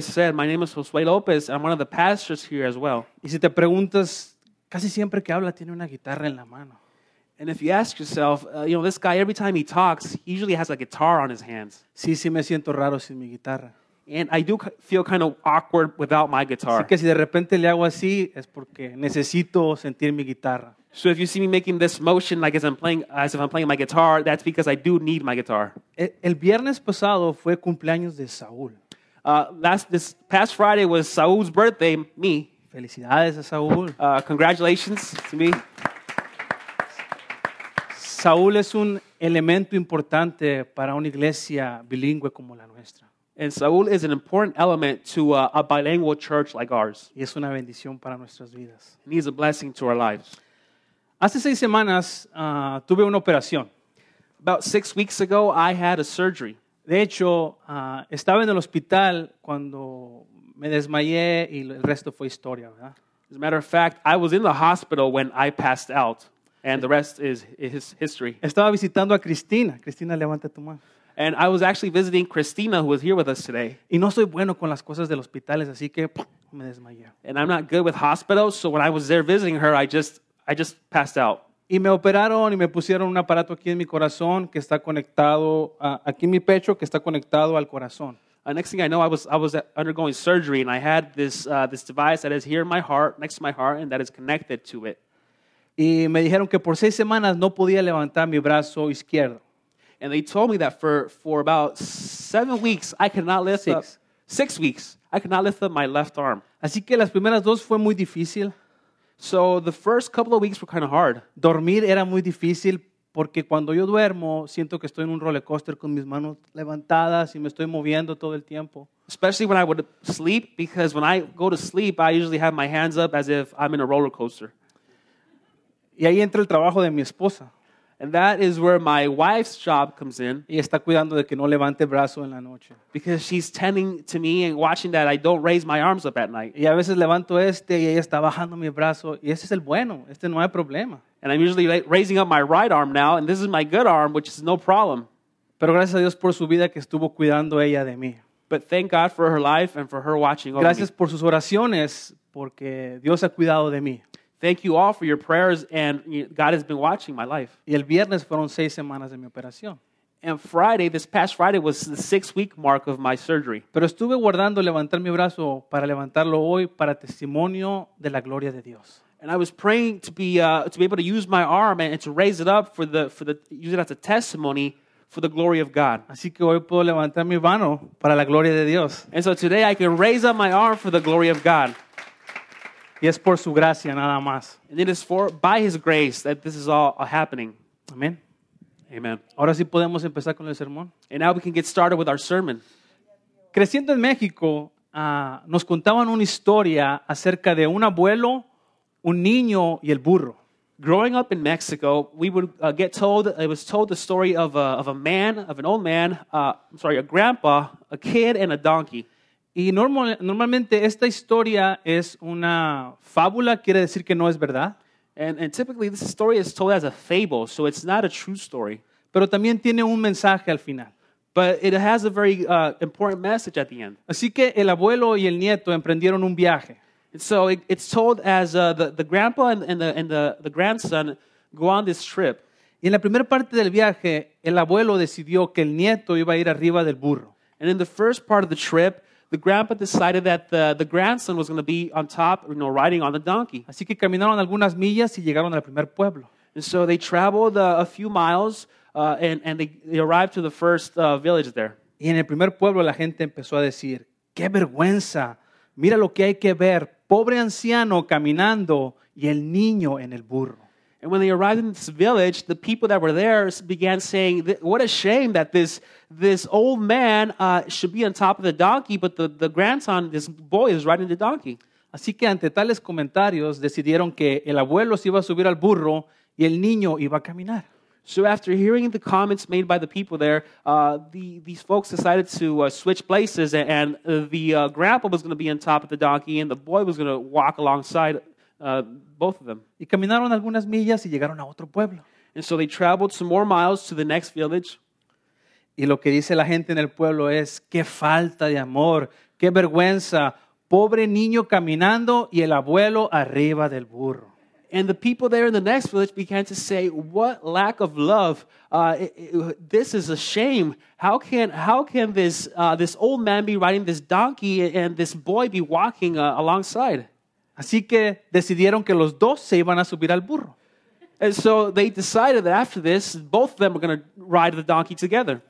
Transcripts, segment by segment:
said, my name is Josue Lopez, and I'm one of the pastors here as well. Y si te preguntas, casi siempre que habla tiene una guitarra en la mano. And if you ask yourself, uh, you know, this guy, every time he talks, he usually has a guitar on his hands. Sí, sí me siento raro sin mi guitarra. And I do k- feel kind of awkward without my guitar. Así que si de repente le hago así es porque necesito sentir mi guitarra. So if you see me making this motion like as, I'm playing, as if I'm playing my guitar, that's because I do need my guitar. E- El viernes pasado fue cumpleaños de Saúl. Uh, last, this past Friday was Saul's birthday, me. Felicidades a Saúl. Uh, congratulations to me. Saúl es un elemento importante para una iglesia bilingüe como la nuestra. And Saul is an important element to uh, a bilingual church like ours. Y es una bendición para nuestras vidas. And he's a blessing to our lives. Hace seis semanas ah, tuve una operación. About six weeks ago, I had a surgery. De hecho, ah, estaba en el hospital cuando me desmayé y el resto fue historia, ¿verdad? As a matter of fact, I was in the hospital when I passed out, and the rest is his history. Estaba visitando a Cristina. Cristina, levanta tu mano. And I was actually visiting Christina, who was here with us today. Y no soy bueno con las cosas de los hospitales, así que ¡pum! me desmayé. And I'm not good with hospitals, so when I was there visiting her, I just, I just passed out. Y me operaron y me pusieron un aparato aquí en mi corazón que está conectado, a- aquí en mi pecho, que está conectado al corazón. Uh, next thing I know, I was, I was undergoing surgery, and I had this, uh, this device that is here in my heart, next to my heart, and that is connected to it. Y me dijeron que por seis semanas no podía levantar mi brazo izquierdo. And they told me that for, for about seven weeks, I could not lift up, Six. six weeks, I could not lift up my left arm. Así que las primeras dos fue muy difícil. So the first couple of weeks were kind of hard. Dormir era muy difícil porque cuando yo duermo siento que estoy en un roller coaster con mis manos levantadas y me estoy moviendo todo el tiempo. especially when I would sleep, because when I go to sleep, I usually have my hands up as if I'm in a roller coaster. Y ahí entra el trabajo de mi esposa. And that is where my wife's job comes in, Ella está cuidando de que no levante el brazo en la noche. because she's tending to me and watching that I don't raise my arms up at night. Y a veces levanto este y ella está bajando mi brazo. Y ese es el bueno, este no hay problema. And I'm usually like, raising up my right arm now, and this is my good arm, which is no problem. Pero gracias a Dios por su vida que estuvo cuidando ella de mí. But thank God for her life and for her watching over Gracias me. por sus oraciones porque Dios ha cuidado de mí. Thank you all for your prayers, and you know, God has been watching my life. Y el viernes fueron seis semanas de mi operación. And Friday, this past Friday, was the six week mark of my surgery. Pero estuve guardando levantar mi brazo para levantarlo hoy para testimonio de la gloria de Dios. and I was praying to be uh, to be able to use my arm and, and to raise it up for the for the use it as a testimony for the glory of God. Así que hoy puedo levantar mi mano para la gloria de Dios. And so today I can raise up my arm for the glory of God, Y es por su gracia nada más. and it is for by His grace that this is all uh, happening. Amén. Amen. Ahora sí podemos empezar con el sermón. And now we can get started with our sermon. Creciendo en México, ah, nos contaban una historia acerca de un abuelo, un niño y el burro. Growing up in Mexico, we would uh, get told it was told the story of a, of a man, of an old man, uh, I'm sorry, a grandpa, a kid, and a donkey. Y normal- normalmente esta historia es una fábula, quiere decir que no es verdad, And, and typically, this story is told as a fable, so it's not a true story. pero también tiene un mensaje al final. But it has a very uh, important message at the end. Así que el abuelo y el nieto emprendieron un viaje. And so it, it's told as uh, the, the grandpa and, and, the, and the, the grandson go on this trip. Y en la primera parte del viaje, el abuelo decidió que el nieto iba a ir arriba del burro. And in the first part of the trip, the grandpa decided that the, the grandson was going to be on top, you know, riding on the donkey. Así que caminaron algunas millas y llegaron al primer pueblo. And so they traveled uh, a few miles uh, and, and they, they arrived to the first uh, village there. Y en el primer pueblo la gente empezó a decir, qué vergüenza, mira lo que hay que ver, pobre anciano caminando y el niño en el burro. And when they arrived in this village, the people that were there s- began saying, "Th- What a shame that this, this old man uh, should be on top of the donkey, but the, the grandson, this boy, is riding the donkey. Así que ante tales comentarios decidieron que el abuelo se iba a subir al burro y el niño iba a caminar. So, after hearing the comments made by the people there, uh, the, these folks decided to uh, switch places, a- and, uh, the uh, grandpa was going to be on top of the donkey, and the boy was going to walk alongside uh, both of them. Y caminaron algunas millas y llegaron a otro pueblo. And so they traveled some more miles to the next village. Y lo que dice la gente en el pueblo es, qué falta de amor, Qué vergüenza. Pobre niño caminando y el abuelo arriba del burro. And the people there in the next village began to say, What lack of love! Uh, it- it- this is a shame. How can, how can this, uh, this old man be riding this donkey and this boy be walking uh, alongside? Así que decidieron que los dos se iban a subir al burro. And so they decided that after this, both of them were going to ride the donkey together.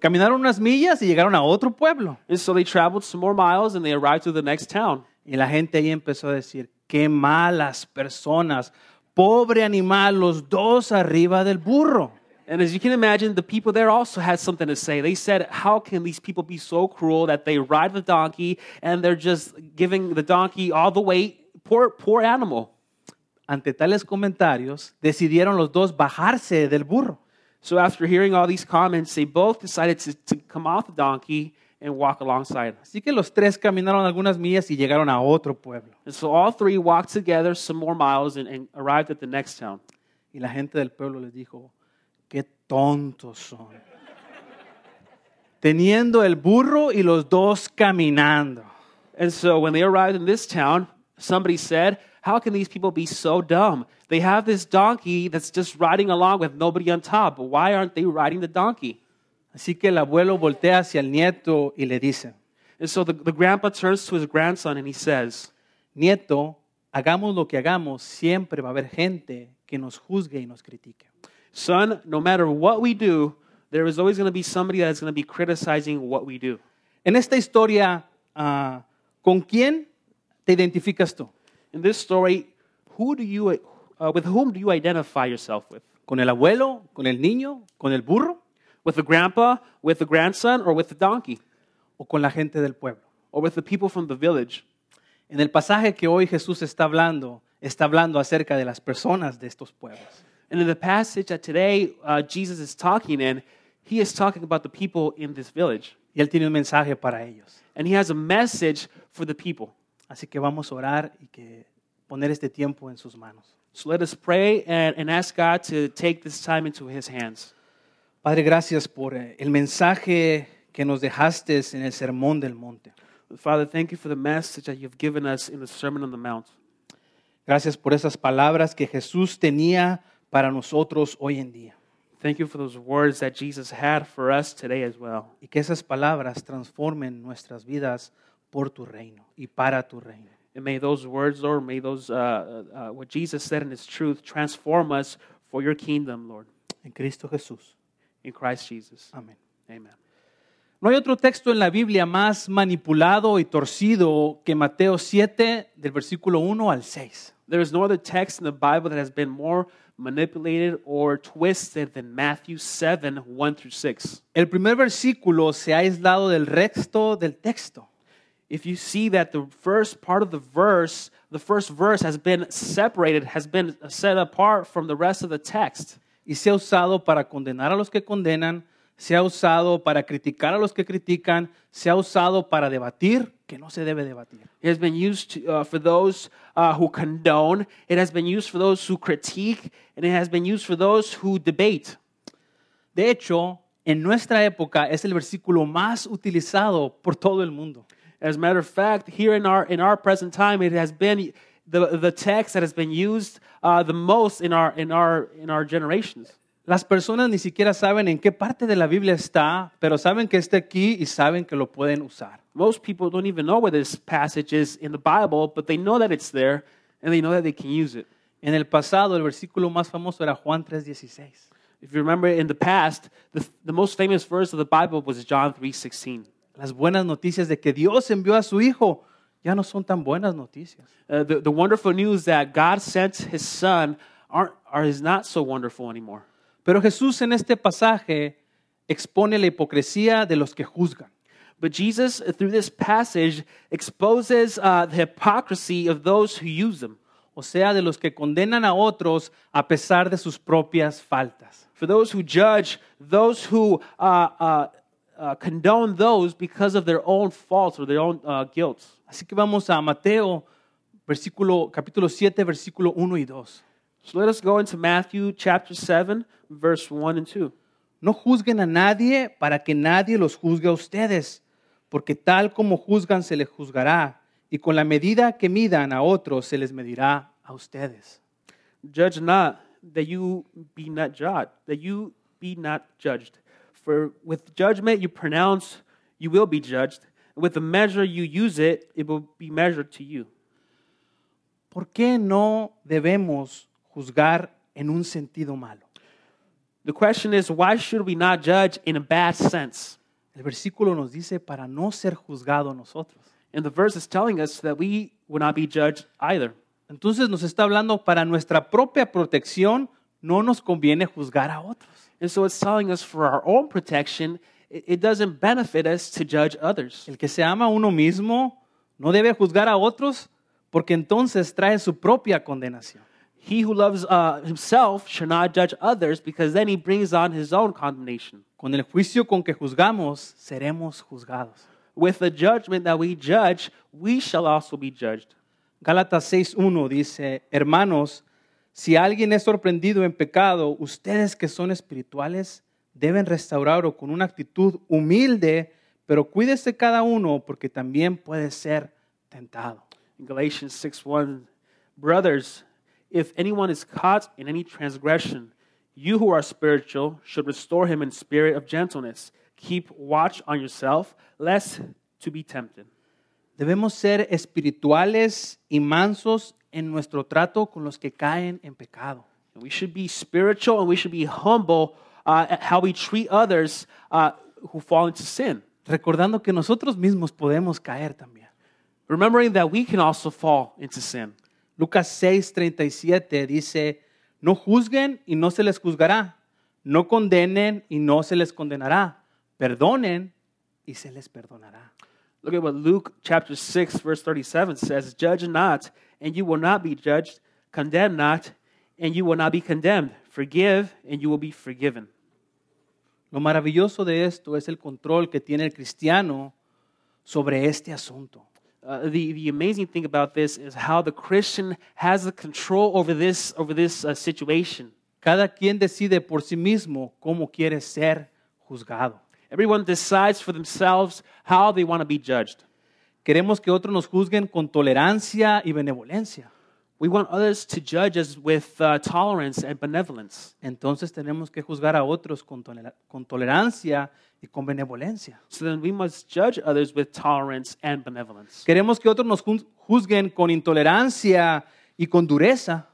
Caminaron unas millas y llegaron a otro pueblo. And so they traveled some more miles and they arrived to the next town. Y la gente ahí empezó a decir, qué malas personas, pobre animal, los dos arriba del burro. And as you can imagine, the people there also had something to say. They said, How can these people be so cruel that they ride the donkey and they're just giving the donkey all the weight? Poor, poor animal. Ante tales comentarios, decidieron los dos bajarse del burro. So after hearing all these comments, they both decided to, to come off the donkey and walk alongside us. Así que los tres caminaron algunas millas y llegaron a otro pueblo. And so all three walked together some more miles and, and arrived at the next town. Y la gente del pueblo les dijo, qué tontos son. Teniendo el burro y los dos caminando. And so when they arrived in this town, somebody said, How can these people be so dumb? They have this donkey that's just riding along with nobody on top. Why aren't they riding the donkey? Así que el abuelo voltea hacia el nieto y le dice, And so the, the grandpa turns to his grandson and he says, nieto, hagamos lo que hagamos, siempre va a haber gente que nos juzgue y nos critique. Son, no matter what we do, there is always going to be somebody that's going to be criticizing what we do. En esta historia, ah, ¿con quién te identificas tú? In this story, who do you, uh, with whom do you identify yourself with? ¿Con el abuelo? ¿Con el niño? ¿Con el burro? With the grandpa, with the grandson, or with the donkey, ¿O con la gente del pueblo? or with the people from the village? En el pasaje que hoy Jesús está hablando, está hablando acerca de las personas de estos pueblos. And in the passage that today uh, Jesus is talking in, he is talking about the people in this village. Y Él tiene un mensaje para ellos. And he has a message for the people. Así que vamos a orar y que poner este tiempo en sus manos. So let us pray and, and ask God to take this time into his hands. Padre, gracias por eh, el mensaje que nos dejaste en el Sermón del Monte. Father, thank you for the message that you've given us in the Sermon on the Mount. Gracias por esas palabras que Jesús tenía para nosotros hoy en día. Thank you for those words that Jesus had for us today as well. Y que esas palabras transformen nuestras vidas por tu reino y para tu reino. And may those words, Lord, may those, uh, uh, what Jesus said in his truth, transform us for your kingdom, Lord, En Cristo Jesús. in Christ Jesus. Amén. Amen. No hay otro texto en la Biblia más manipulado y torcido que Mateo 7, del versículo 1 al 6. There is no other text in the Bible that has been more manipulated or twisted than Matthew 7 1 through 6. El primer versículo se ha aislado del resto del texto. If you see that the first part of the verse, the first verse has been separated, has been set apart from the rest of the text. y se ha usado para condenar a los que condenan, se ha usado para criticar a los que critican, se ha usado para debatir que no se debe debatir. It has been used to, uh, for those uh, who condone, it has been used for those who critique, and it has been used for those who debate. De hecho, en nuestra época es el versículo más utilizado por todo el mundo. As a matter of fact, here in our, in our present time, it has been the, the text that has been used uh, the most in our, in, our, in our generations. Las personas ni siquiera saben en qué parte de la Biblia está, pero saben que está aquí y saben que lo pueden usar. Most people don't even know where this passage is in the Bible, but they know that it's there and they know that they can use it. En el pasado, el versículo más famoso era Juan 3:16. If you remember in the past, the, the most famous verse of the Bible was John 3.16. Las buenas noticias de que Dios envió a su Hijo ya no son tan buenas noticias. Uh, the, the wonderful news that God sent his son aren't, are, is not so wonderful anymore. Pero Jesús en este pasaje expone la hipocresía de los que juzgan. But Jesus, uh, through this passage, exposes uh, the hypocrisy of those who use them. O sea, de los que condenan a otros a pesar de sus propias faltas. For those who judge, those who uh, uh, uh, condone those because of their own faults or their own uh, guilt. Así que vamos a Mateo, versículo, capítulo 7, versículo 1 y 2. So let us go into Matthew chapter 7, verse 1 and 2. No juzguen a nadie para que nadie los juzgue a ustedes, porque tal como juzgan se les juzgará, y con la medida que midan a otros se les medirá a ustedes. Judge not, that you be not judged, that you be not judged. For with judgment you pronounce, you will be judged. With the measure you use it, it will be measured to you. ¿Por qué no debemos juzgar en un sentido malo? The question is, why should we not judge in a bad sense? El versículo nos dice para no ser juzgados nosotros. And the verse is telling us that we will not be judged either. Entonces nos está hablando para nuestra propia protección, no nos conviene juzgar a otros. And so it's telling us for our own protection, it, it doesn't benefit us to judge others. El que se ama a uno mismo no debe juzgar a otros porque entonces trae su propia condenación. He who loves uh, himself should not judge others because then he brings on his own condemnation. Con el juicio con que juzgamos, seremos juzgados. With the judgment that we judge, we shall also be judged. Gálatas 6.1 dice, hermanos, si alguien es sorprendido en pecado, ustedes que son espirituales deben restaurarlo con una actitud humilde, pero cuídese cada uno porque también puede ser tentado. In Galatians 6 1, brothers, if anyone is caught in any transgression, you who are spiritual should restore him in spirit of gentleness. Keep watch on yourself, lest to be tempted. Debemos ser espirituales y mansos en nuestro trato con los que caen en pecado. And we should be spiritual and we should be humble uh, at how we treat others uh, who fall into sin. Recordando que nosotros mismos podemos caer también. Remembering that we can also fall into sin. Lucas 6:37 dice, no juzguen y no se les juzgará, no condenen y no se les condenará, perdonen y se les perdonará. Look at what Luke chapter 6, verse 37 says Judge not, and you will not be judged. Condemn not, and you will not be condemned. Forgive, and you will be forgiven. Lo maravilloso de esto es el control que tiene el cristiano sobre este asunto. Uh, the, the amazing thing about this is how the Christian has the control over this, over this uh, situation. Cada quien decide por sí mismo cómo quiere ser juzgado. Everyone decides for themselves how they want to be judged. Queremos que otros nos juzguen con tolerancia y benevolencia. We want others to judge us with uh, tolerance and benevolence. Entonces tenemos que juzgar a otros con, tolera- con tolerancia y con benevolencia. So then we must judge others with tolerance and benevolence. Queremos que otros nos jun- juzguen con intolerancia y con dureza.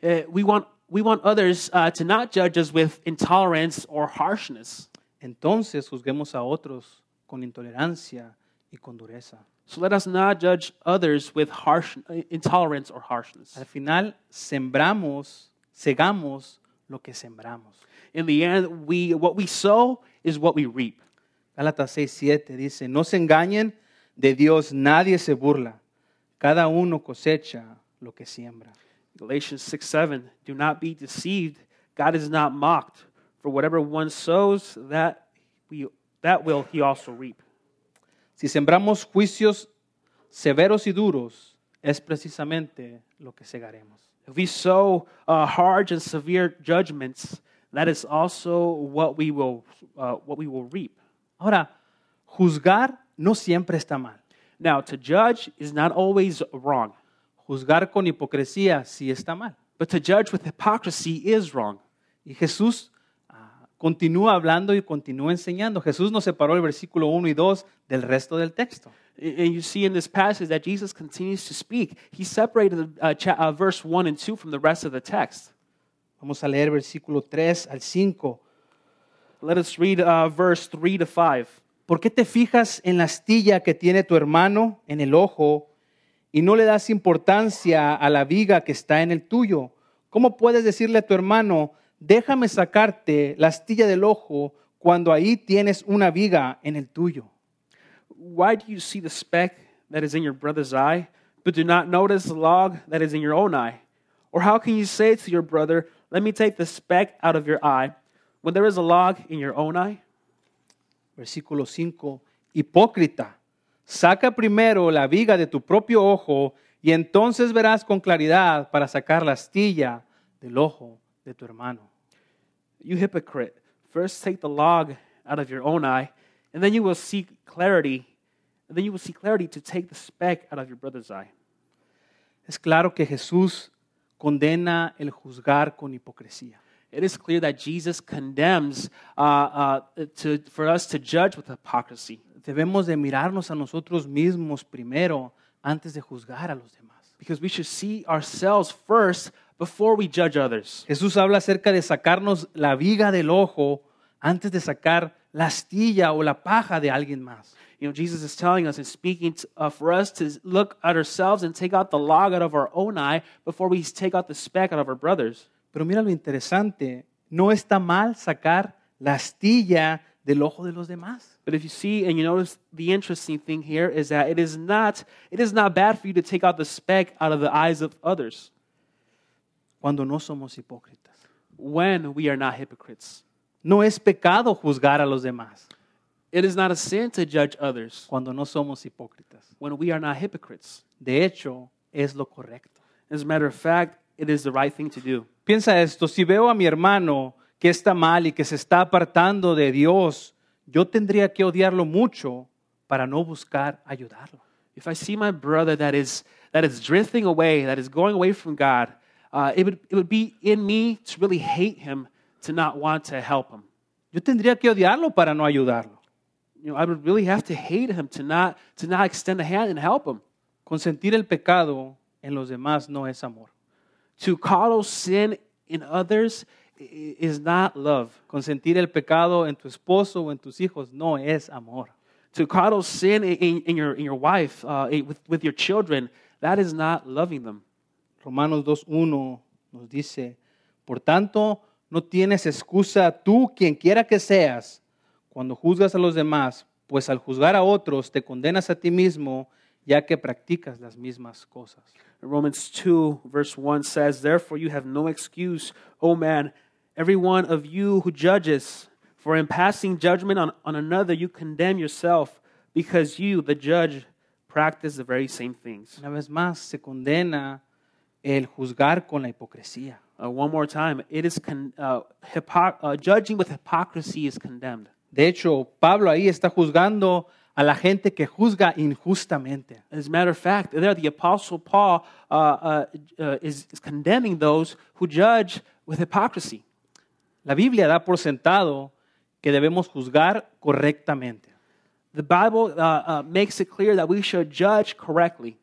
Uh, we, want, we want others uh, to not judge us with intolerance or harshness. Entonces juzguemos a otros con intolerancia y con dureza. So let us not judge others with harsh, uh, intolerance or harshness. Al final sembramos, segamos lo que sembramos. In the end, we, what we sow is what we reap. Gálatas 6:7 dice, no se engañen, de Dios nadie se burla. Cada uno cosecha lo que siembra. Galatians 6 7. Do not be deceived. God is not mocked. For whatever one sows, that, we, that will he also reap. Si sembramos juicios severos y duros, es precisamente lo que segaremos. If we sow uh, hard and severe judgments, that is also what we will, uh, what we will reap. Ahora, juzgar no siempre está mal. Now, to judge is not always wrong, Juzgar con hipocresía sí está mal. but to judge with hypocrisy is wrong. Y Jesús ah, continúa hablando y continúa enseñando. Jesús nos separó el versículo 1 y 2 del resto del texto. And you see in this passage that Jesus continues to speak. He separated uh, cha- uh, verse 1 and 2 from the rest of the text. Vamos a leer versículo 3 al 5. Let us read uh, verse 3 to 5. ¿Por qué te fijas en la astilla que tiene tu hermano en el ojo y no le das importancia a la viga que está en el tuyo? ¿Cómo puedes decirle a tu hermano, déjame sacarte la astilla del ojo cuando ahí tienes una viga en el tuyo? Why do you see the speck that is in your brother's eye, but do not notice the log that is in your own eye? Or how can you say to your brother, Let me take the speck out of your eye, when there is a log in your own eye? Versículo 5. Hipócrita, saca primero la viga de tu propio ojo y entonces verás con claridad para sacar la astilla del ojo de tu hermano. You hypocrite, first take the log out of your own eye, and then you will see clarity And then you will see clarity to take the speck out of your brother's eye. Es claro que Jesús condena el juzgar con hipocresía. It is clear that Jesus condemns uh, uh, to, for us to judge with hypocrisy. Debemos de mirarnos a nosotros mismos primero antes de juzgar a los demás. because we should see ourselves first before we judge others. Jesús habla acerca de sacarnos la viga del ojo antes de sacar la astilla o la paja de alguien más. You know, Jesus is telling us and speaking to, uh, for us to look at ourselves and take out the log out of our own eye before we take out the speck out of our brother's. Pero mira lo interesante, no está mal sacar la astilla del ojo de los demás. But if you see and you notice, the interesting thing here is that it is not it is not bad for you to take out the speck out of the eyes of others cuando no somos hipócritas. when we are not hypocrites. No es pecado juzgar a los demás It is not a sin to judge others cuando no somos hipócritas. when we are not hypocrites. De hecho, es lo correcto. As a matter of fact, it is the right thing to do. Piensa esto, si veo a mi hermano que está mal y que se está apartando de Dios, yo tendría que odiarlo mucho para no buscar ayudarlo. if I see my brother that is that is drifting away, that is going away from God, uh, it would it would be in me to really hate him, to not want to help him. Yo tendría que odiarlo para no ayudarlo. You know, I would really have to hate him to not to not extend a hand and help him. Consentir el pecado en los demás no es amor. To coddle sin in others i- i- is not love. Consentir el pecado en tu esposo o en tus hijos no es amor. To coddle sin in, in, in your in your wife, uh, i- with with your children, that is not loving them. Romanos 2.1 nos dice, por tanto, no tienes excusa tú, quien quiera que seas, cuando juzgas a los demás, pues al juzgar a otros te condenas a ti mismo, ya que practicas las mismas cosas. Romans 2, verse 1 says, Therefore you have no excuse, O man, every one of you who judges. For in passing judgment on, on another, you condemn yourself, because you, the judge, practice the very same things. Una vez más, se condena el juzgar con la hipocresía. Uh, one more time, it is con- uh, hypo- uh, judging with hypocrisy is condemned. De hecho, Pablo ahí está juzgando a la gente que juzga injustamente. As a matter of fact, there the Apostle Paul uh, uh, uh, is, is condemning those who judge with hypocrisy. La Biblia da por sentado que debemos juzgar correctamente. The Bible uh, uh, makes it clear that we should judge correctly.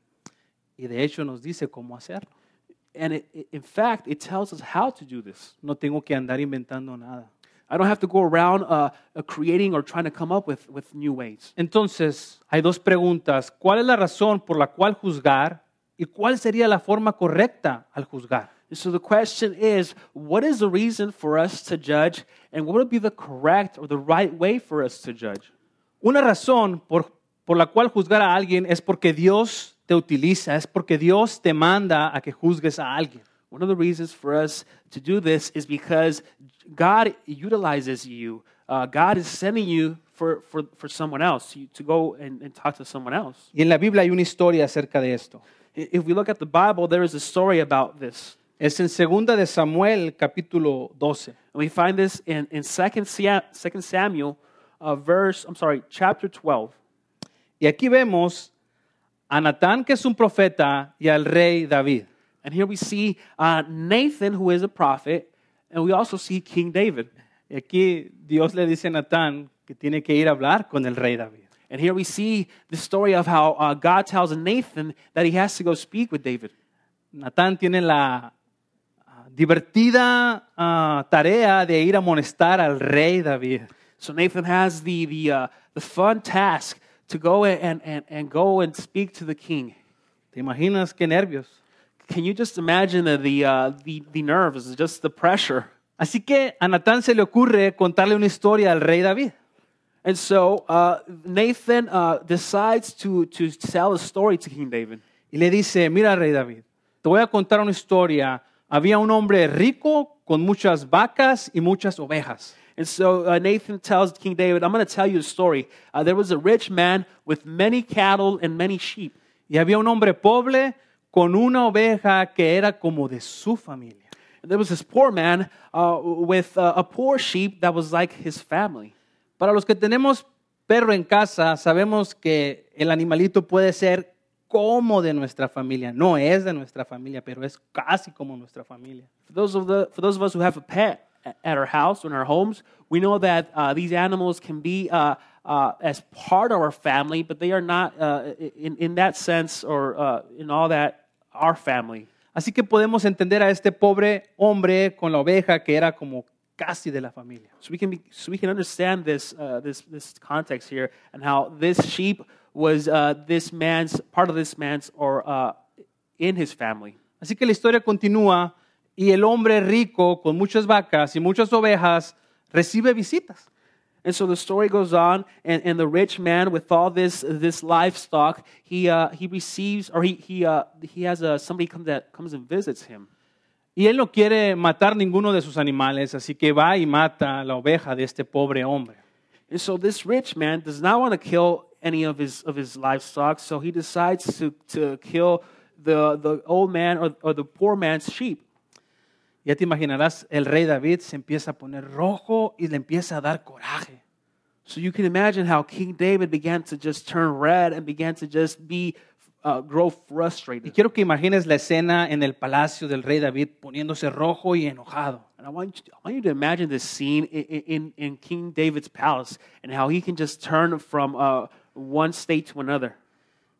Y de hecho nos dice cómo hacerlo. And it, it- in fact, it tells us how to do this. No tengo que andar inventando nada. I don't have to go around uh, uh, creating or trying to come up with, with new ways. Entonces, hay dos preguntas. ¿Cuál es la razón por la cual juzgar y cuál sería la forma correcta al juzgar? And so the question is what is the reason for us to judge, and what would be the correct or the right way for us to judge? Una razón por, por la cual juzgar a alguien es porque Dios te utiliza, es porque Dios te manda a que juzgues a alguien. One of the reasons for us to do this is because God utilizes you. Uh, God is sending you for, for, for someone else, you, to go and, and talk to someone else. Y en la Biblia hay una historia acerca de esto. I- If we look at the Bible, there is a story about this. Es en 2 de Samuel capítulo 12. And we find this in, in 2 Sa- 2 Samuel, uh, verse, I'm sorry, chapter 12. Y aquí vemos a Natán, que es un profeta, y al rey David. And here we see uh, Nathan, who is a prophet, and we also see King David. Y aquí Dios le dice a Natán que tiene que ir a hablar con el rey David. And here we see the story of how uh, God tells Nathan that he has to go speak with David. Natán tiene la ah, divertida ah, tarea de ir a amonestar al rey David. So Nathan has the, the, uh, the fun task to go and, and, and go and speak to the king. ¿Te imaginas qué nervios? Can you just imagine the, the, uh, the, the nerves, just the pressure? Así que a Natán se le ocurre contarle una historia al rey David. And so uh, Nathan uh, decides to, to tell a story to King David. Y le dice, mira rey David, te voy a contar una historia. Había un hombre rico con muchas vacas y muchas ovejas. And so uh, Nathan tells King David, I'm going to tell you a story. Uh, there was a rich man with many cattle and many sheep. Y había un hombre pobre con una oveja que era como de su familia. And there was this poor man uh, with uh, a poor sheep that was like his family. Para los que tenemos perro en casa, sabemos que el animalito puede ser como de nuestra familia. No es de nuestra familia, pero es casi como nuestra familia. For those of, the, for those of us who have a pet a- at our house or in our homes, we know that uh, these animals can be uh, uh, as part of our family, but they are not, uh, in, in that sense or uh, in all that, our family. Así que podemos entender a este pobre hombre con la oveja que era como casi de la familia. So we can, be, so we can understand this, uh, this, this context here and how this sheep was uh, this man's, part of this man's or uh, in his family. Así que la historia continúa y el hombre rico con muchas vacas y muchas ovejas recibe visitas. And so the story goes on, and, and the rich man with all this this livestock, he uh, he receives or he he uh, he has uh, somebody come that comes and visits him, Y él no quiere matar ninguno de sus animales, así que va y mata a la oveja de este pobre hombre. and so this rich man does not want to kill any of his of his livestock, so he decides to to kill the the old man or, or the poor man's sheep. Ya te imaginarás, el rey David se empieza a poner rojo y le empieza a dar coraje. So you can imagine how King David began to just turn red and began to just be uh, grow Y frustrated. quiero que imagines la escena en el palacio del rey David poniéndose rojo y enojado. And I want you, I want you to imagine this scene in, in, in King David's palace and how he can just turn from uh, one state to another.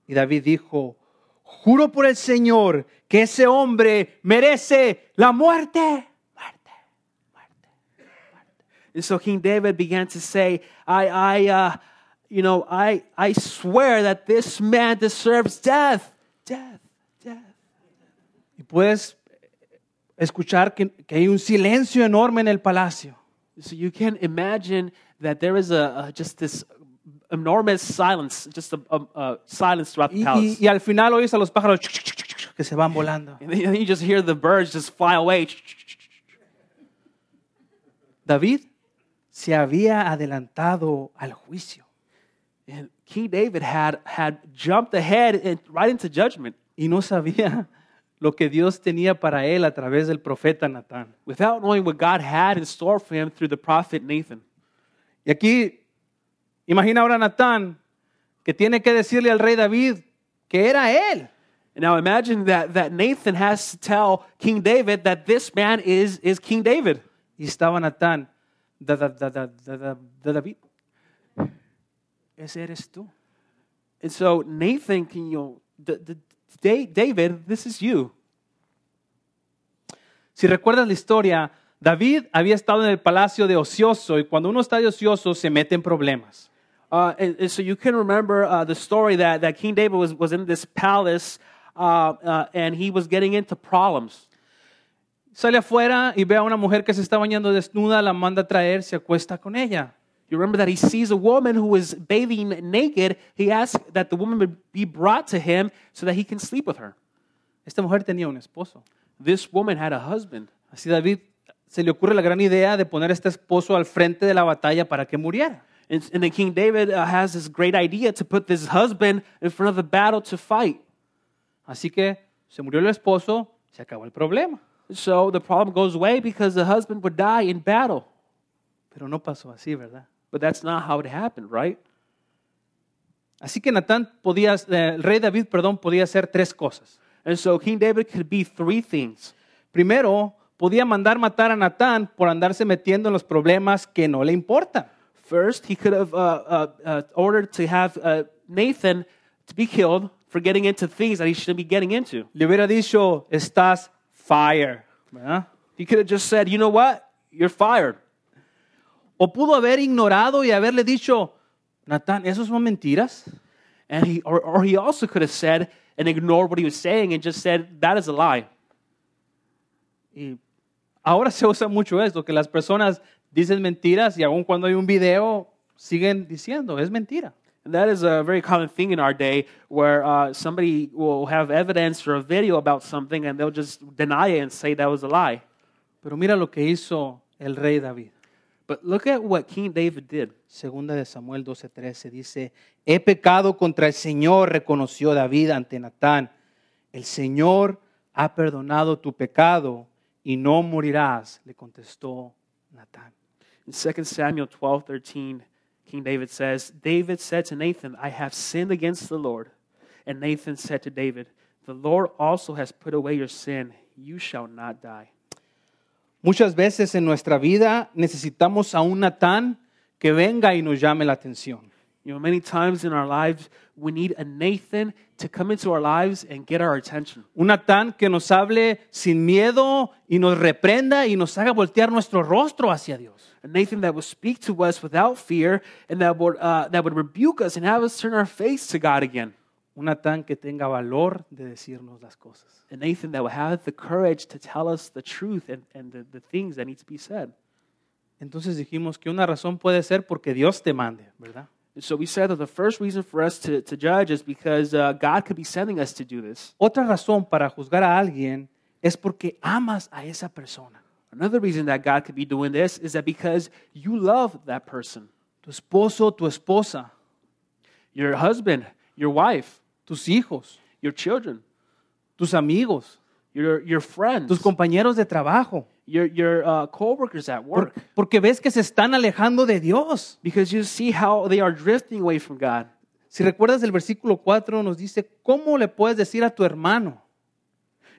Y David dijo, juro por el Señor que ese hombre merece la muerte. And so King David began to say, I, I, uh, you know, I, I swear that this man deserves death, death, death. Y puedes eh, escuchar que, que hay un silencio enorme en el palacio. So you can imagine that there is a, a just this enormous silence, just a, a, a silence throughout the Y, palace. y- y al final oyes a los pájaros que se van volando. And then you just hear the birds just fly away. David se había adelantado al juicio And King David had, had jumped ahead and right into judgment y no sabía lo que Dios tenía para él a través del profeta Natán. without knowing what God had in store for him through the prophet Nathan. Y aquí, imagina ahora a Natán que tiene que decirle al rey David que era él. And now imagine that, that Nathan has to tell King David that this man is, is King David. Y estaba Natán, da, da, da, da, da, da, da, David, ese eres tú. And so Nathan can, you know, the, the, Da- David, this is you. Si recuerdas la historia, David había estado en el palacio de ocioso y cuando uno está de ocioso se mete en problemas. Uh, and, and so you can remember uh, the story that, that King David was, was in this palace uh, uh, and he was getting into problems. Sale afuera y ve a una mujer que se está bañando desnuda, la manda a traer, se acuesta con ella. You remember that he sees a woman who is bathing naked. He asks that the woman would be brought to him so that he can sleep with her. Esta mujer tenía un esposo. This woman had a husband. Así David se le ocurre la gran idea de poner a este esposo al frente de la batalla para que muriera. And, and then King David uh, has this great idea to put this husband in front of the battle to fight. Así que se murió el esposo, se acabó el problema. So the problem goes away because the husband would die in battle. Pero no pasó así, ¿verdad? But that's not how it happened, right? Así que Natán podía, eh, el rey David, perdón, podía hacer tres cosas. And so King David could be three things. Primero, podía mandar matar a Natán por andarse metiendo en los problemas que no le importan. First, he could have uh, uh, uh, ordered to have uh, Nathan to be killed for getting into things that he shouldn't be getting into. Le hubiera dicho, estás fire. ¿verdad? He could have just said, you know what? You're fired. O pudo haber ignorado y haberle dicho, Natán, ¿esos son mentiras? And he, or, or he also could have said and ignored what he was saying and just said, that is a lie. Y ahora se usa mucho esto, que las personas dicen mentiras y aun cuando hay un video, siguen diciendo, es mentira. And that is a very common thing in our day where uh, somebody will have evidence or a video about something and they'll just deny it and say that was a lie. Pero mira lo que hizo el rey David. But look at what King David did. Segunda de Samuel 12:13 dice, he pecado contra el Señor, reconoció David ante Natán. El Señor ha perdonado tu pecado y no morirás, le contestó Natán. In 2 Samuel twelve thirteen, King David says, David said to Nathan, I have sinned against the Lord. And Nathan said to David, The Lord also has put away your sin. You shall not die. Muchas veces en nuestra vida necesitamos a un Natán que venga y nos llame la atención. You know, many times in our lives, we need a Nathan to come into our lives and get our attention. Un Natán que nos hable sin miedo y nos reprenda y nos haga voltear nuestro rostro hacia Dios. A Nathan that would speak to us without fear and that would, uh, that would rebuke us and have us turn our face to God again. Un Natán que tenga valor de decirnos las cosas. A Nathan that would have the courage to tell us the truth and, and the, the things that need to be said. Entonces dijimos que una razón puede ser porque Dios te mande, ¿verdad? And so we said that the first reason for us to, to judge is because uh, God could be sending us to do this. Otra razón para juzgar a alguien es porque amas a esa persona. Another reason that God could be doing this is that because you love that person, Tu esposo, tu esposa, your husband, your wife, tus hijos, your children, tus amigos, your, your friends, tus compañeros de trabajo. your, your uh, coworkers at Por- work. porque ves que se están alejando de Dios. Because you see how they are drifting away from God. Si recuerdas el versículo 4 nos dice, ¿cómo le puedes decir a tu hermano?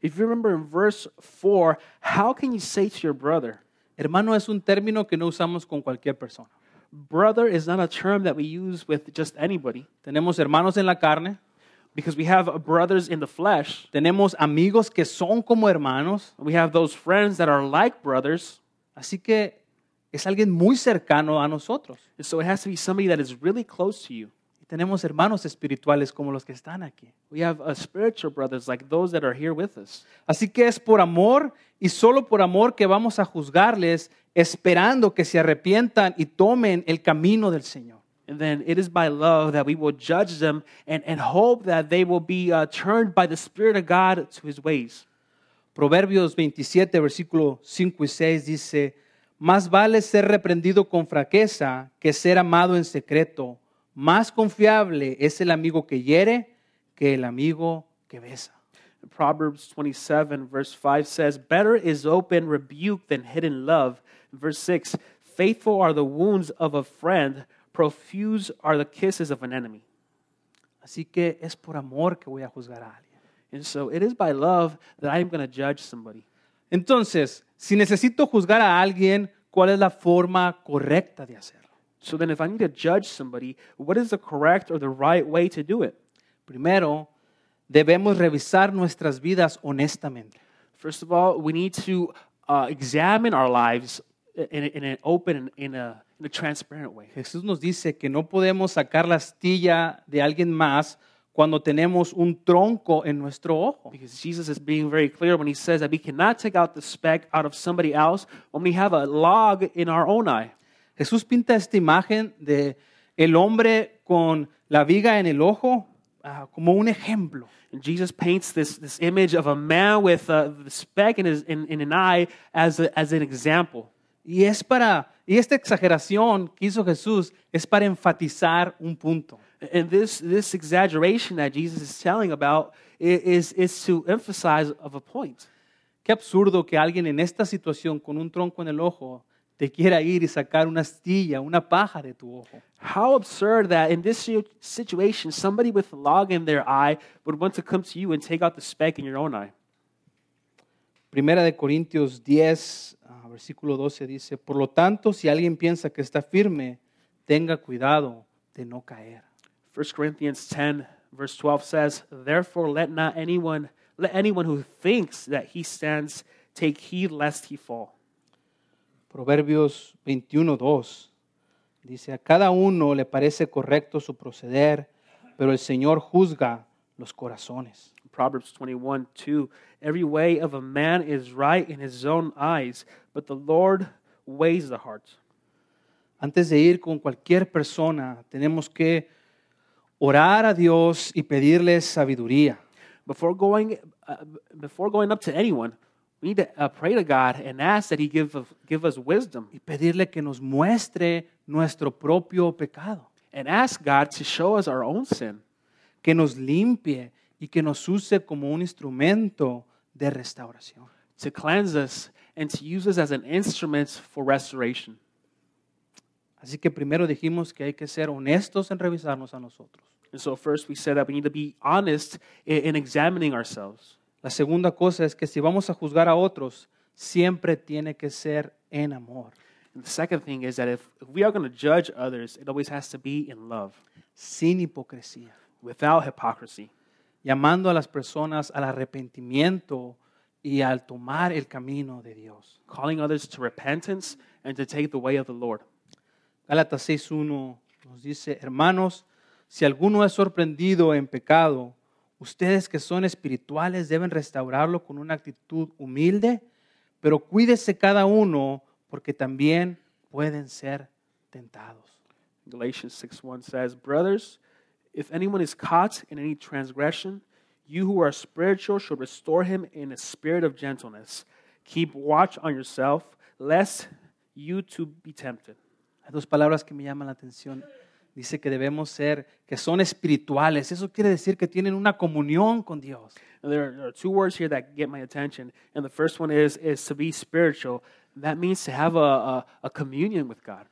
If you remember in verse 4, how can you say to your brother? Hermano es un término que no usamos con cualquier persona. Brother is not a term that we use with just anybody Tenemos hermanos en la carne, because we have brothers in the flesh. tenemos amigos que son como hermanos, We have those friends that are like brothers. así que es alguien muy cercano a nosotros. And so it has to be somebody that is really close to you. Y tenemos hermanos espirituales como los que están aquí. We have uh, spiritual brothers like those that are here with us. Así que es por amor y solo por amor que vamos a juzgarles, esperando que se arrepientan y tomen el camino del Señor. And then it is by love that we will judge them and, and hope that they will be uh, turned by the Spirit of God to his ways. Proverbios 27, versículo 5 y 6 dice, más vale ser reprendido con fraqueza que ser amado en secreto. Más confiable es el amigo que hiere que el amigo que besa. Proverbs 27, verse 5 says, Better is open rebuke than hidden love. Verse 6 Faithful are the wounds of a friend, profuse are the kisses of an enemy. Así que es por amor que voy a juzgar a alguien. And so it is by love that I am going to judge somebody. Entonces, si necesito juzgar a alguien, ¿cuál es la forma correcta de hacerlo? So then, if I need to judge somebody, what is the correct or the right way to do it? Primero, debemos revisar nuestras vidas honestamente. First of all, we need to uh, examine our lives in, a- in an open and in a, in a transparent way. Jesús nos dice que no podemos sacar la astilla de alguien más cuando tenemos un tronco en nuestro ojo. Because Jesus is being very clear when he says that we cannot take out the speck out of somebody else when we have a log in our own eye. Jesús pinta esta imagen de el hombre con la viga en el ojo ah, como un ejemplo. And Jesus paints this, this image of a man with uh, the speck in, his, in, in an eye as, a, as an example. Y es para y esta exageración que hizo Jesús es para enfatizar un punto. And this, this exaggeration that Jesus is telling about i- is, is to emphasize of a point. Qué absurdo que alguien en esta situación con un tronco en el ojo te quiera ir y sacar una astilla, una paja de tu ojo. How absurd that in this si- situation, somebody with a log in their eye would want to come to you and take out the speck in your own eye. Primera de Corintios 10, ah, versículo 12 dice, por lo tanto, si alguien piensa que está firme, tenga cuidado de no caer. 1 Corinthians 10, verse 12 says, Therefore let not anyone, let anyone who thinks that he stands take heed lest he fall. Proverbios 21, 2 dice, a cada uno le parece correcto su proceder, pero el Señor juzga los corazones. Proverbs 21, 2, Every way of a man is right in his own eyes, but the Lord weighs the heart. Antes de ir con cualquier persona, tenemos que orar a Dios y pedirle sabiduría. Before going, uh, before going up to anyone, we need to uh, pray to God and ask that he give, of- give us wisdom y pedirle que nos muestre nuestro propio pecado, and ask God to show us our own sin, que nos limpie y que nos use como un instrumento de restauración. to cleanse us, and to use us as an instrument for restoration. Así que primero dijimos que hay que ser honestos en revisarnos a nosotros. And so, first, we said that we need to be honest in, in examining ourselves. La segunda cosa es que si vamos a juzgar a otros, siempre tiene que ser en amor. And the second thing is that if, if we are going to judge others, it always has to be in love, sin hipocresía, without hypocrisy, llamando a las personas al arrepentimiento y al tomar el camino de Dios. calling others to repentance and to take the way of the Lord. Gálatas 6.1 nos dice, hermanos, si alguno es sorprendido en pecado, ustedes que son espirituales deben restaurarlo con una actitud humilde, pero cuídese cada uno porque también pueden ser tentados. Galatians 6:1 says, "Brothers, if anyone is caught in any transgression, you who are spiritual should restore him in a spirit of gentleness. Keep watch on yourself, lest you too be tempted." Hay dos palabras que me llaman la atención. Dice que debemos ser, que son espirituales. Eso quiere decir que tienen una comunión con Dios. And there are, there are two words here that get my attention, and the first one is is to be spiritual. That means to have a, a, a communion with God.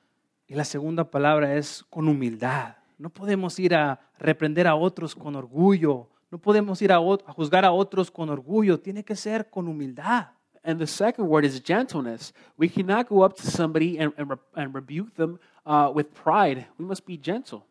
Y la segunda palabra es con humildad. No podemos ir a reprender a otros con orgullo. No podemos ir a, ot- a juzgar a otros con orgullo. Tiene que ser con humildad. And the second word is gentleness. We cannot go up to somebody and, and, re- and rebuke them uh, with pride. We must be gentle.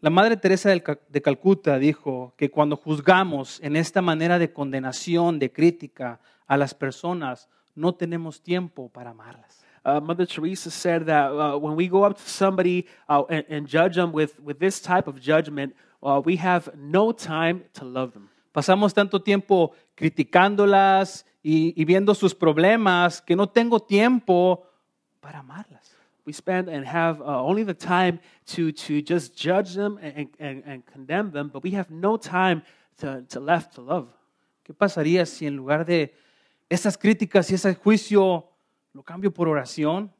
La Madre Teresa del Ca- de Calcuta dijo que cuando juzgamos en esta manera de condenación, de crítica a las personas, no tenemos tiempo para amarlas. Uh, Mother Teresa said that uh, when we go up to somebody uh, and, and judge them with, with this type of judgment, uh, we have no time to love them. Pasamos tanto tiempo criticándolas y, y viendo sus problemas que no tengo tiempo para amarlas. We spend and have uh, only the time to, to just judge them and, and- and, and condemn them, but we have no time to, to left to love. ¿Qué pasaría si en lugar de esas críticas y ese juicio lo cambio por oración,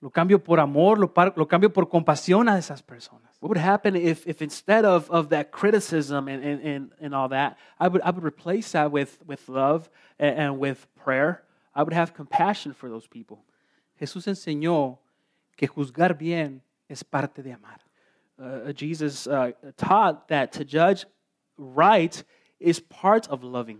lo cambio por amor, lo, par- lo cambio por compasión a esas personas? What would happen if, if instead of, of that criticism and, and, and, and all that, I would, I would replace that with, with love and, and with prayer? I would have compassion for those people. Jesús enseñó que juzgar bien es parte de amar. uh, Jesus uh, taught that to judge right is part of loving.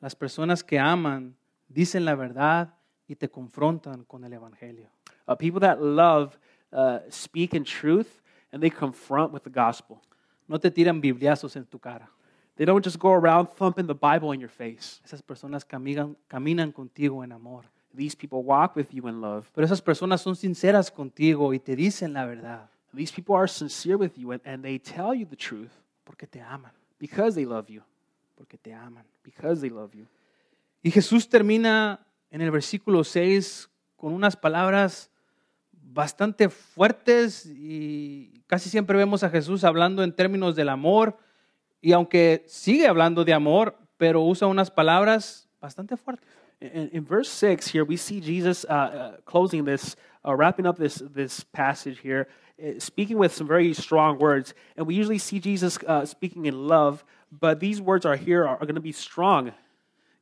Las personas que aman dicen la verdad y te confrontan con el Evangelio. Uh, people that love uh, speak in truth and they confront with the gospel. No te tiran bibliazos en tu cara. They don't just go around thumping the Bible in your face. Esas personas camigan- caminan contigo en amor. These people walk with you in love. Pero esas personas son sinceras contigo y te dicen la verdad These people are sincere with you and, and they tell you the truth porque te aman, because they love you. porque te aman. Because they love you. Y Jesús termina en el versículo 6 con unas palabras bastante fuertes y casi siempre vemos a Jesús hablando en términos del amor y aunque sigue hablando de amor, pero usa unas palabras bastante fuertes. In, in verse 6 here, we see Jesus uh, uh, closing this, uh, wrapping up this, this passage here, uh, speaking with some very strong words. And we usually see Jesus uh, speaking in love, but these words are here are, are going to be strong.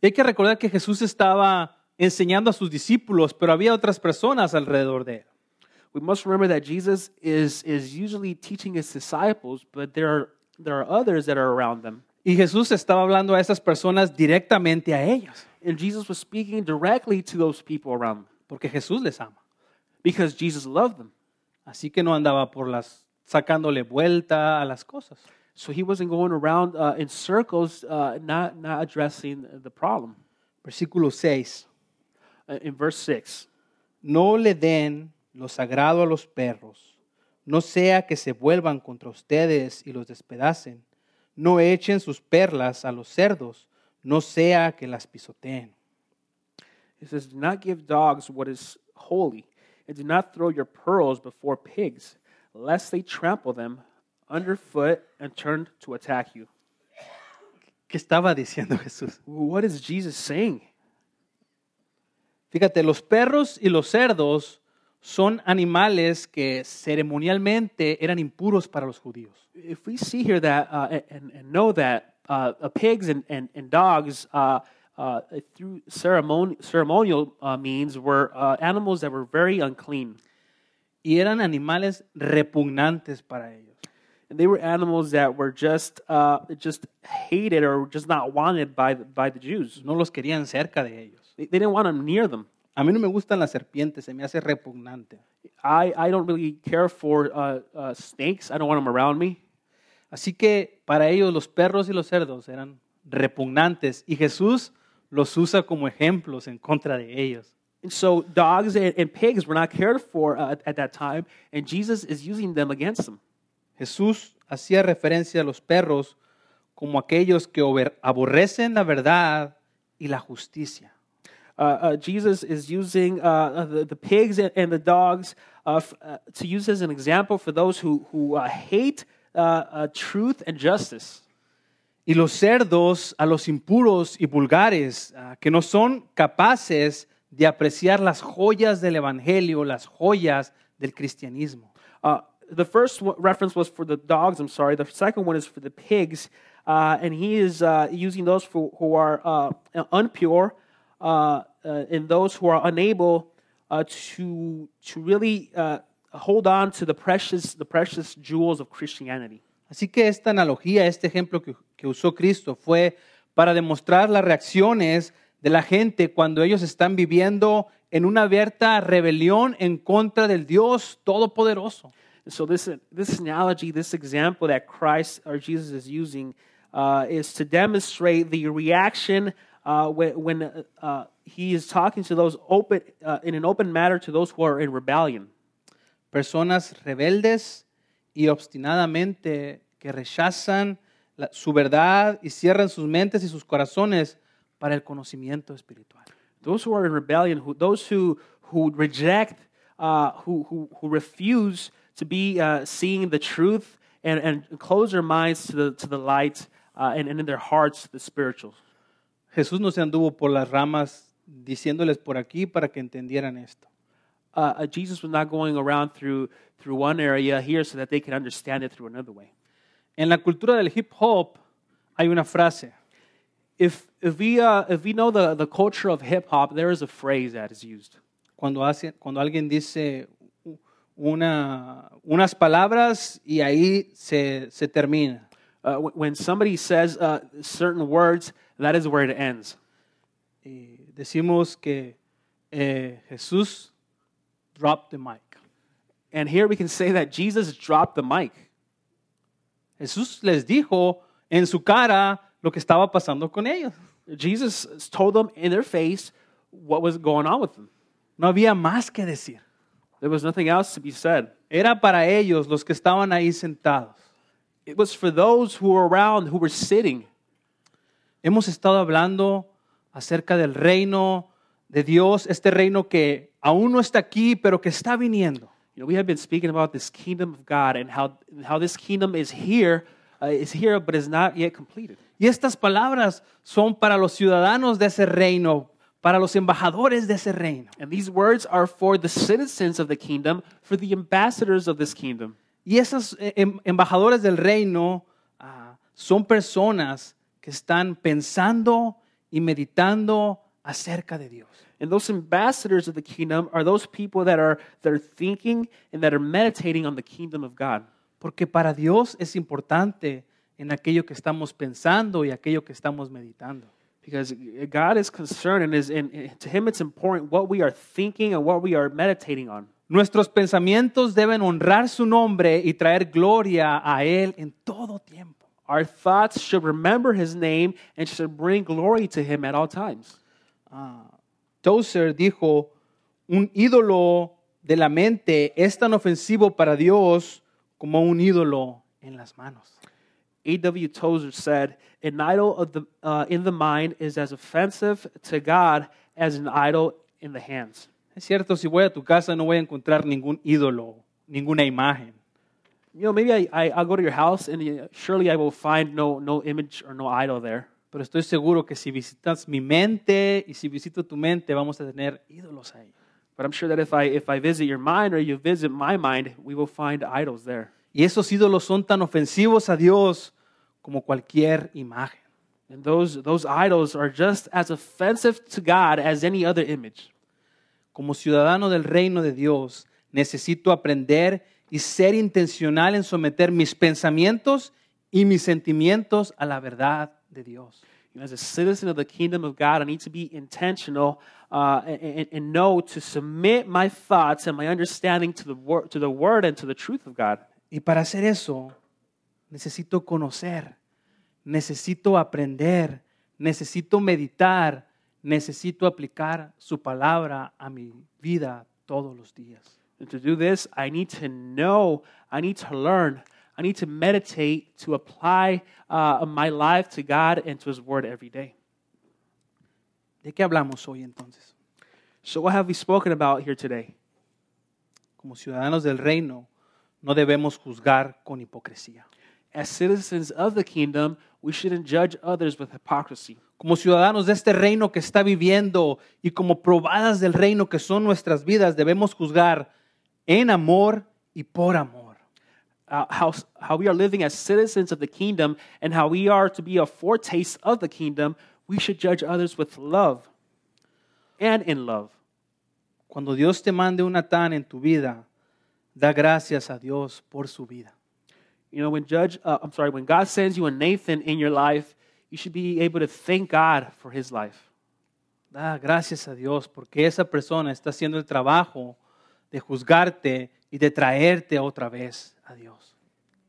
Y hay que recordar que Jesús estaba enseñando a sus discípulos, pero había otras personas alrededor de él. We must remember that Jesus is, is usually teaching his disciples, but there are, there are others that are around them. Y Jesús estaba hablando a esas personas directamente a ellas, And Jesus was speaking directly to those people around them porque Jesús les ama. because Jesus loved them. Así que no andaba por las sacándole vuelta a las cosas. So he wasn't going around uh, in circles, uh, not, not addressing the problem. Versículo 6. Uh, In verse 6. No le den lo sagrado a los perros, no sea que se vuelvan contra ustedes y los despedacen. No echen sus perlas a los cerdos, no sea que las pisoteen. It says, Do not give dogs what is holy, and do not throw your pearls before pigs, lest they trample them underfoot and turn to attack you. ¿Qué estaba diciendo Jesús? What is Jesus saying? Fíjate, los perros y los cerdos son animales que ceremonialmente eran impuros para los judíos. If we see here that uh, and, and know that uh, uh, pigs and, and, and dogs, uh, uh, through ceremon- ceremonial uh, means, were uh, animals that were very unclean. y eran animales repugnantes para ellos. And they were animals that were just, uh, just hated or just not wanted by the, by the Jews. No los querían cerca de ellos. They, they didn't want them near them. A mí no me gustan las serpientes, se me hace repugnante. I, I don't really care for uh, uh, snakes. I don't want them around me. Así que para ellos los perros y los cerdos eran repugnantes y Jesús los usa como ejemplos en contra de ellos. And so dogs and, and pigs were not cared for uh, at, at that time, and Jesus is using them against them. Jesús hacía referencia a los perros como aquellos que over- aborrecen la verdad y la justicia. Uh, uh, Jesus is using uh, uh, the, the pigs and, and the dogs uh, f- uh, to use as an example for those who, who uh, hate uh, uh, truth and justice. Y los cerdos a los impuros y vulgares, ah, que no son capaces de apreciar las joyas del Evangelio, las joyas del cristianismo. Uh, the first one, reference was for the dogs, I'm sorry. The second one is for the pigs. Uh, and he is uh, using those for, who are uh, unpure uh, uh, and those who are unable uh, to, to really uh, hold on to the precious, the precious jewels of Christianity. Así que esta analogía, este ejemplo que, que usó Cristo fue para demostrar las reacciones de la gente cuando ellos están viviendo en una abierta rebelión en contra del Dios Todopoderoso. And so this this analogy, this example that Christ or Jesus is using, uh, is to demonstrate the reaction uh, when, when uh, uh, he is talking to those open uh, in an open matter to those who are in rebellion, Personas rebeldes y obstinadamente que rechazan la- su verdad y cierran sus mentes y sus corazones para el conocimiento espiritual. those who are in rebellion, who those who who reject, uh, who, who who refuse to be uh, seeing the truth and and close their minds to the to the light uh, and, and in their hearts to the spiritual. Jesús no se anduvo por las ramas diciéndoles por aquí para que entendieran esto. uh, uh, Jesus was not going around through through one area here so that they can understand it through another way. En la cultura del hip hop hay una frase, If if we uh, if we know the, the culture of hip hop, there is a phrase that is used. cuando, hace- cuando alguien dice u- una- unas palabras y ahí se, se termina. Uh, wh- when somebody says uh, certain words, that is where it ends. Y decimos que eh, Jesús dropped the mic. And here we can say that Jesus dropped the mic. Jesús les dijo en su cara lo que estaba pasando con ellos. Jesus told them in their face what was going on with them. No había más que decir. There was nothing else to be said. Era para ellos los que estaban ahí sentados. It was for those who were around, who were sitting. Hemos estado hablando acerca del reino de Dios, este reino que aún no está aquí, pero que está viniendo. You know, we have been speaking about this kingdom of God and how, how this kingdom is here, uh, is here, but is not yet completed. Y estas palabras son para los ciudadanos de ese reino, para los embajadores de ese reino. And these words are for the citizens of the kingdom, for the ambassadors of this kingdom. Y esos eh, em- embajadores del reino ah, son personas que están pensando y meditando acerca de Dios. And those ambassadors of the kingdom are those people that are, that are thinking and that are meditating on the kingdom of God. Porque para Dios es importante en aquello que estamos pensando y aquello que estamos meditando. Because God is concerned and, is, and- and to Him it's important what we are thinking and what we are meditating on. Nuestros pensamientos deben honrar su nombre y traer gloria a Él en todo tiempo. Our thoughts should remember His name and should bring glory to Him at all times. Ah, Tozer dijo, un ídolo de la mente es tan ofensivo para Dios como un ídolo en las manos. A.W. Tozer said, An idol of the, uh, in the mind is as offensive to God as an idol in the hands. Es cierto, si voy a tu casa no voy a encontrar ningún ídolo, ninguna imagen. You know, maybe I, I, I'll go to your house and uh, surely I will find no, no image or no idol there. Pero estoy seguro que si visitas mi mente y si visito tu mente vamos a tener ídolos ahí. But I'm sure that if I, if I visit your mind or you visit my mind, we will find idols there. Y esos ídolos son tan ofensivos a Dios como cualquier imagen. And those, those idols are just as offensive to God as any other image. Como ciudadano del reino de Dios, necesito aprender y ser intencional en someter mis pensamientos y mis sentimientos a la verdad de Dios. You know, as a citizen of the kingdom of God, I need to be intentional uh, and, and- and know to submit my thoughts and my understanding to the, wor- to the word and to the truth of God. Y para hacer eso, necesito conocer, necesito aprender, necesito meditar, necesito aplicar su palabra a mi vida todos los días. And to do this, I need to know, I need to learn, I need to meditate to apply uh, my life to God and to His Word every day. ¿De qué hablamos hoy entonces? So, what have we spoken about here today? Como ciudadanos del reino, no debemos juzgar con hipocresía. As citizens of the kingdom, we shouldn't judge others with hypocrisy. Como ciudadanos de este reino que está viviendo y como probadas del reino que son nuestras vidas, debemos juzgar en amor y por amor. Uh, how, how we are living as citizens of the kingdom and how we are to be a foretaste of the kingdom, we should judge others with love and in love. Cuando Dios te mande un Natán en tu vida, da gracias a Dios por su vida. You know, when judge, uh, I'm sorry, when God sends you a Nathan in your life, you should be able to thank God for his life. Da gracias a Dios porque esa persona está haciendo el trabajo de juzgarte y de traerte otra vez a Dios.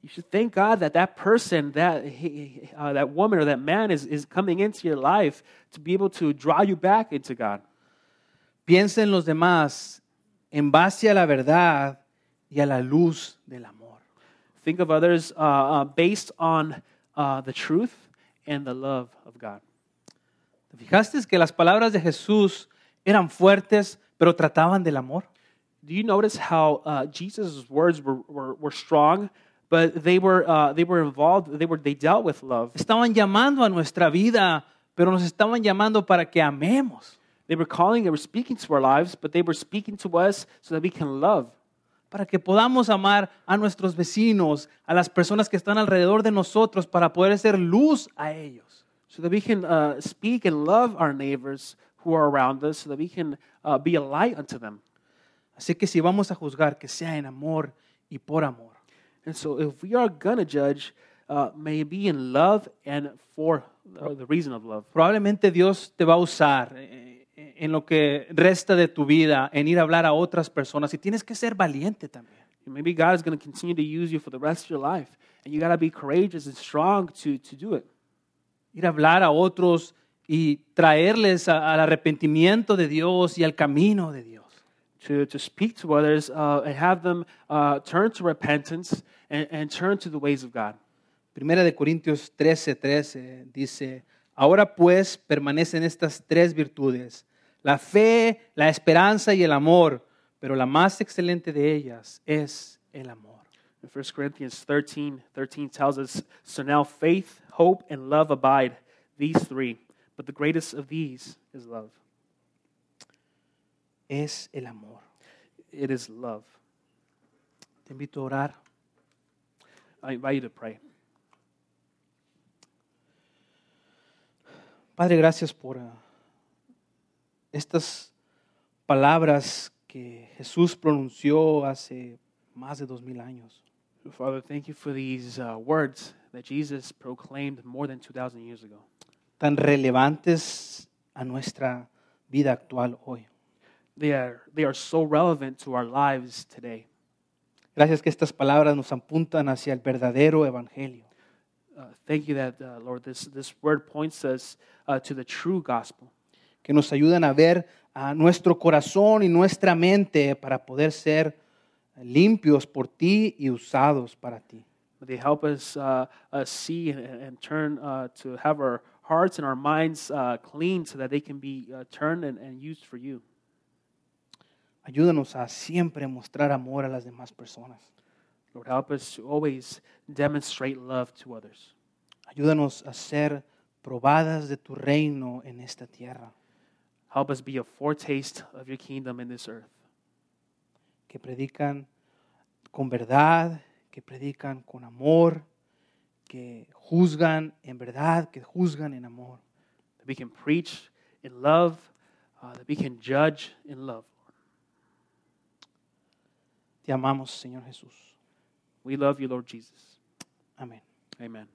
You should thank God that that person, that he, uh, that woman or that man is, is coming into your life to be able to draw you back into God. Piensa en los demás en base a la verdad y a la luz del amor. Think of others uh, uh, based on uh, the truth and the love of God. ¿Te fijaste que las palabras de Jesús eran fuertes, pero trataban del amor? Do you notice how uh, Jesus' words were, were, were strong, but they were, uh, they were involved, they, were, they dealt with love. Estaban llamando a nuestra vida, pero nos estaban llamando para que amemos, They were calling, they were speaking to our lives, but they were speaking to us so that we can love, para que podamos amar a nuestros vecinos, a las personas que están alrededor de nosotros, para poder ser luz a ellos. so that we can uh, speak and love our neighbors who are around us, so that we can uh, be a light unto them. Así que si vamos a juzgar, que sea en amor y por amor. And so if we are going to judge, uh, may it be in love and for uh, the reason of love. Probablemente Dios te va a usar eh, en lo que resta de tu vida, en ir a hablar a otras personas, y tienes que ser valiente también. Maybe God is going to continue to use you for the rest of your life, and you got to be courageous and strong to, to do it. ir a hablar a otros y traerles a- al arrepentimiento de Dios y al camino de Dios. to, to speak to others uh, and have them uh, turn to repentance and, and turn to the ways of God. Primera de Corintios 13, 13 dice, ahora pues permanecen estas tres virtudes, la fe, la esperanza y el amor, pero la más excelente de ellas es el amor. In 1 Corinthians 13 13 tells us, So now faith, hope, and love abide, these three. But the greatest of these is love. Es el amor. It is love. Te invito a orar. I invite you to pray. Padre, gracias por ah, estas palabras que Jesús pronunció hace más de dos mil años. Father, thank you for these uh, words that Jesus proclaimed more than 2,000 years ago, tan relevantes a nuestra vida actual hoy. they are, they are so relevant to our lives today. Gracias que estas palabras nos apuntan hacia el verdadero evangelio, Uh, thank you that, uh, Lord, this, this word points us uh, to the true gospel. que nos ayudan a ver a nuestro corazón y nuestra mente para poder ser limpios por ti y usados para ti. They help us uh, uh, see and, and and turn uh, to have our hearts and our minds uh, clean so that they can be uh, turned and, and used for you. Ayúdanos a siempre mostrar amor a las demás personas. Lord, help us to always demonstrate love to others. Ayúdanos a ser probadas de tu reino en esta tierra, Help us be a foretaste of your kingdom in this earth, que predican con verdad, que predican con amor, que juzgan en verdad, que juzgan en amor. that we can preach in love, uh, that we can judge in love. Te amamos, Señor Jesús. We love you, Lord Jesus. Amén. Amen.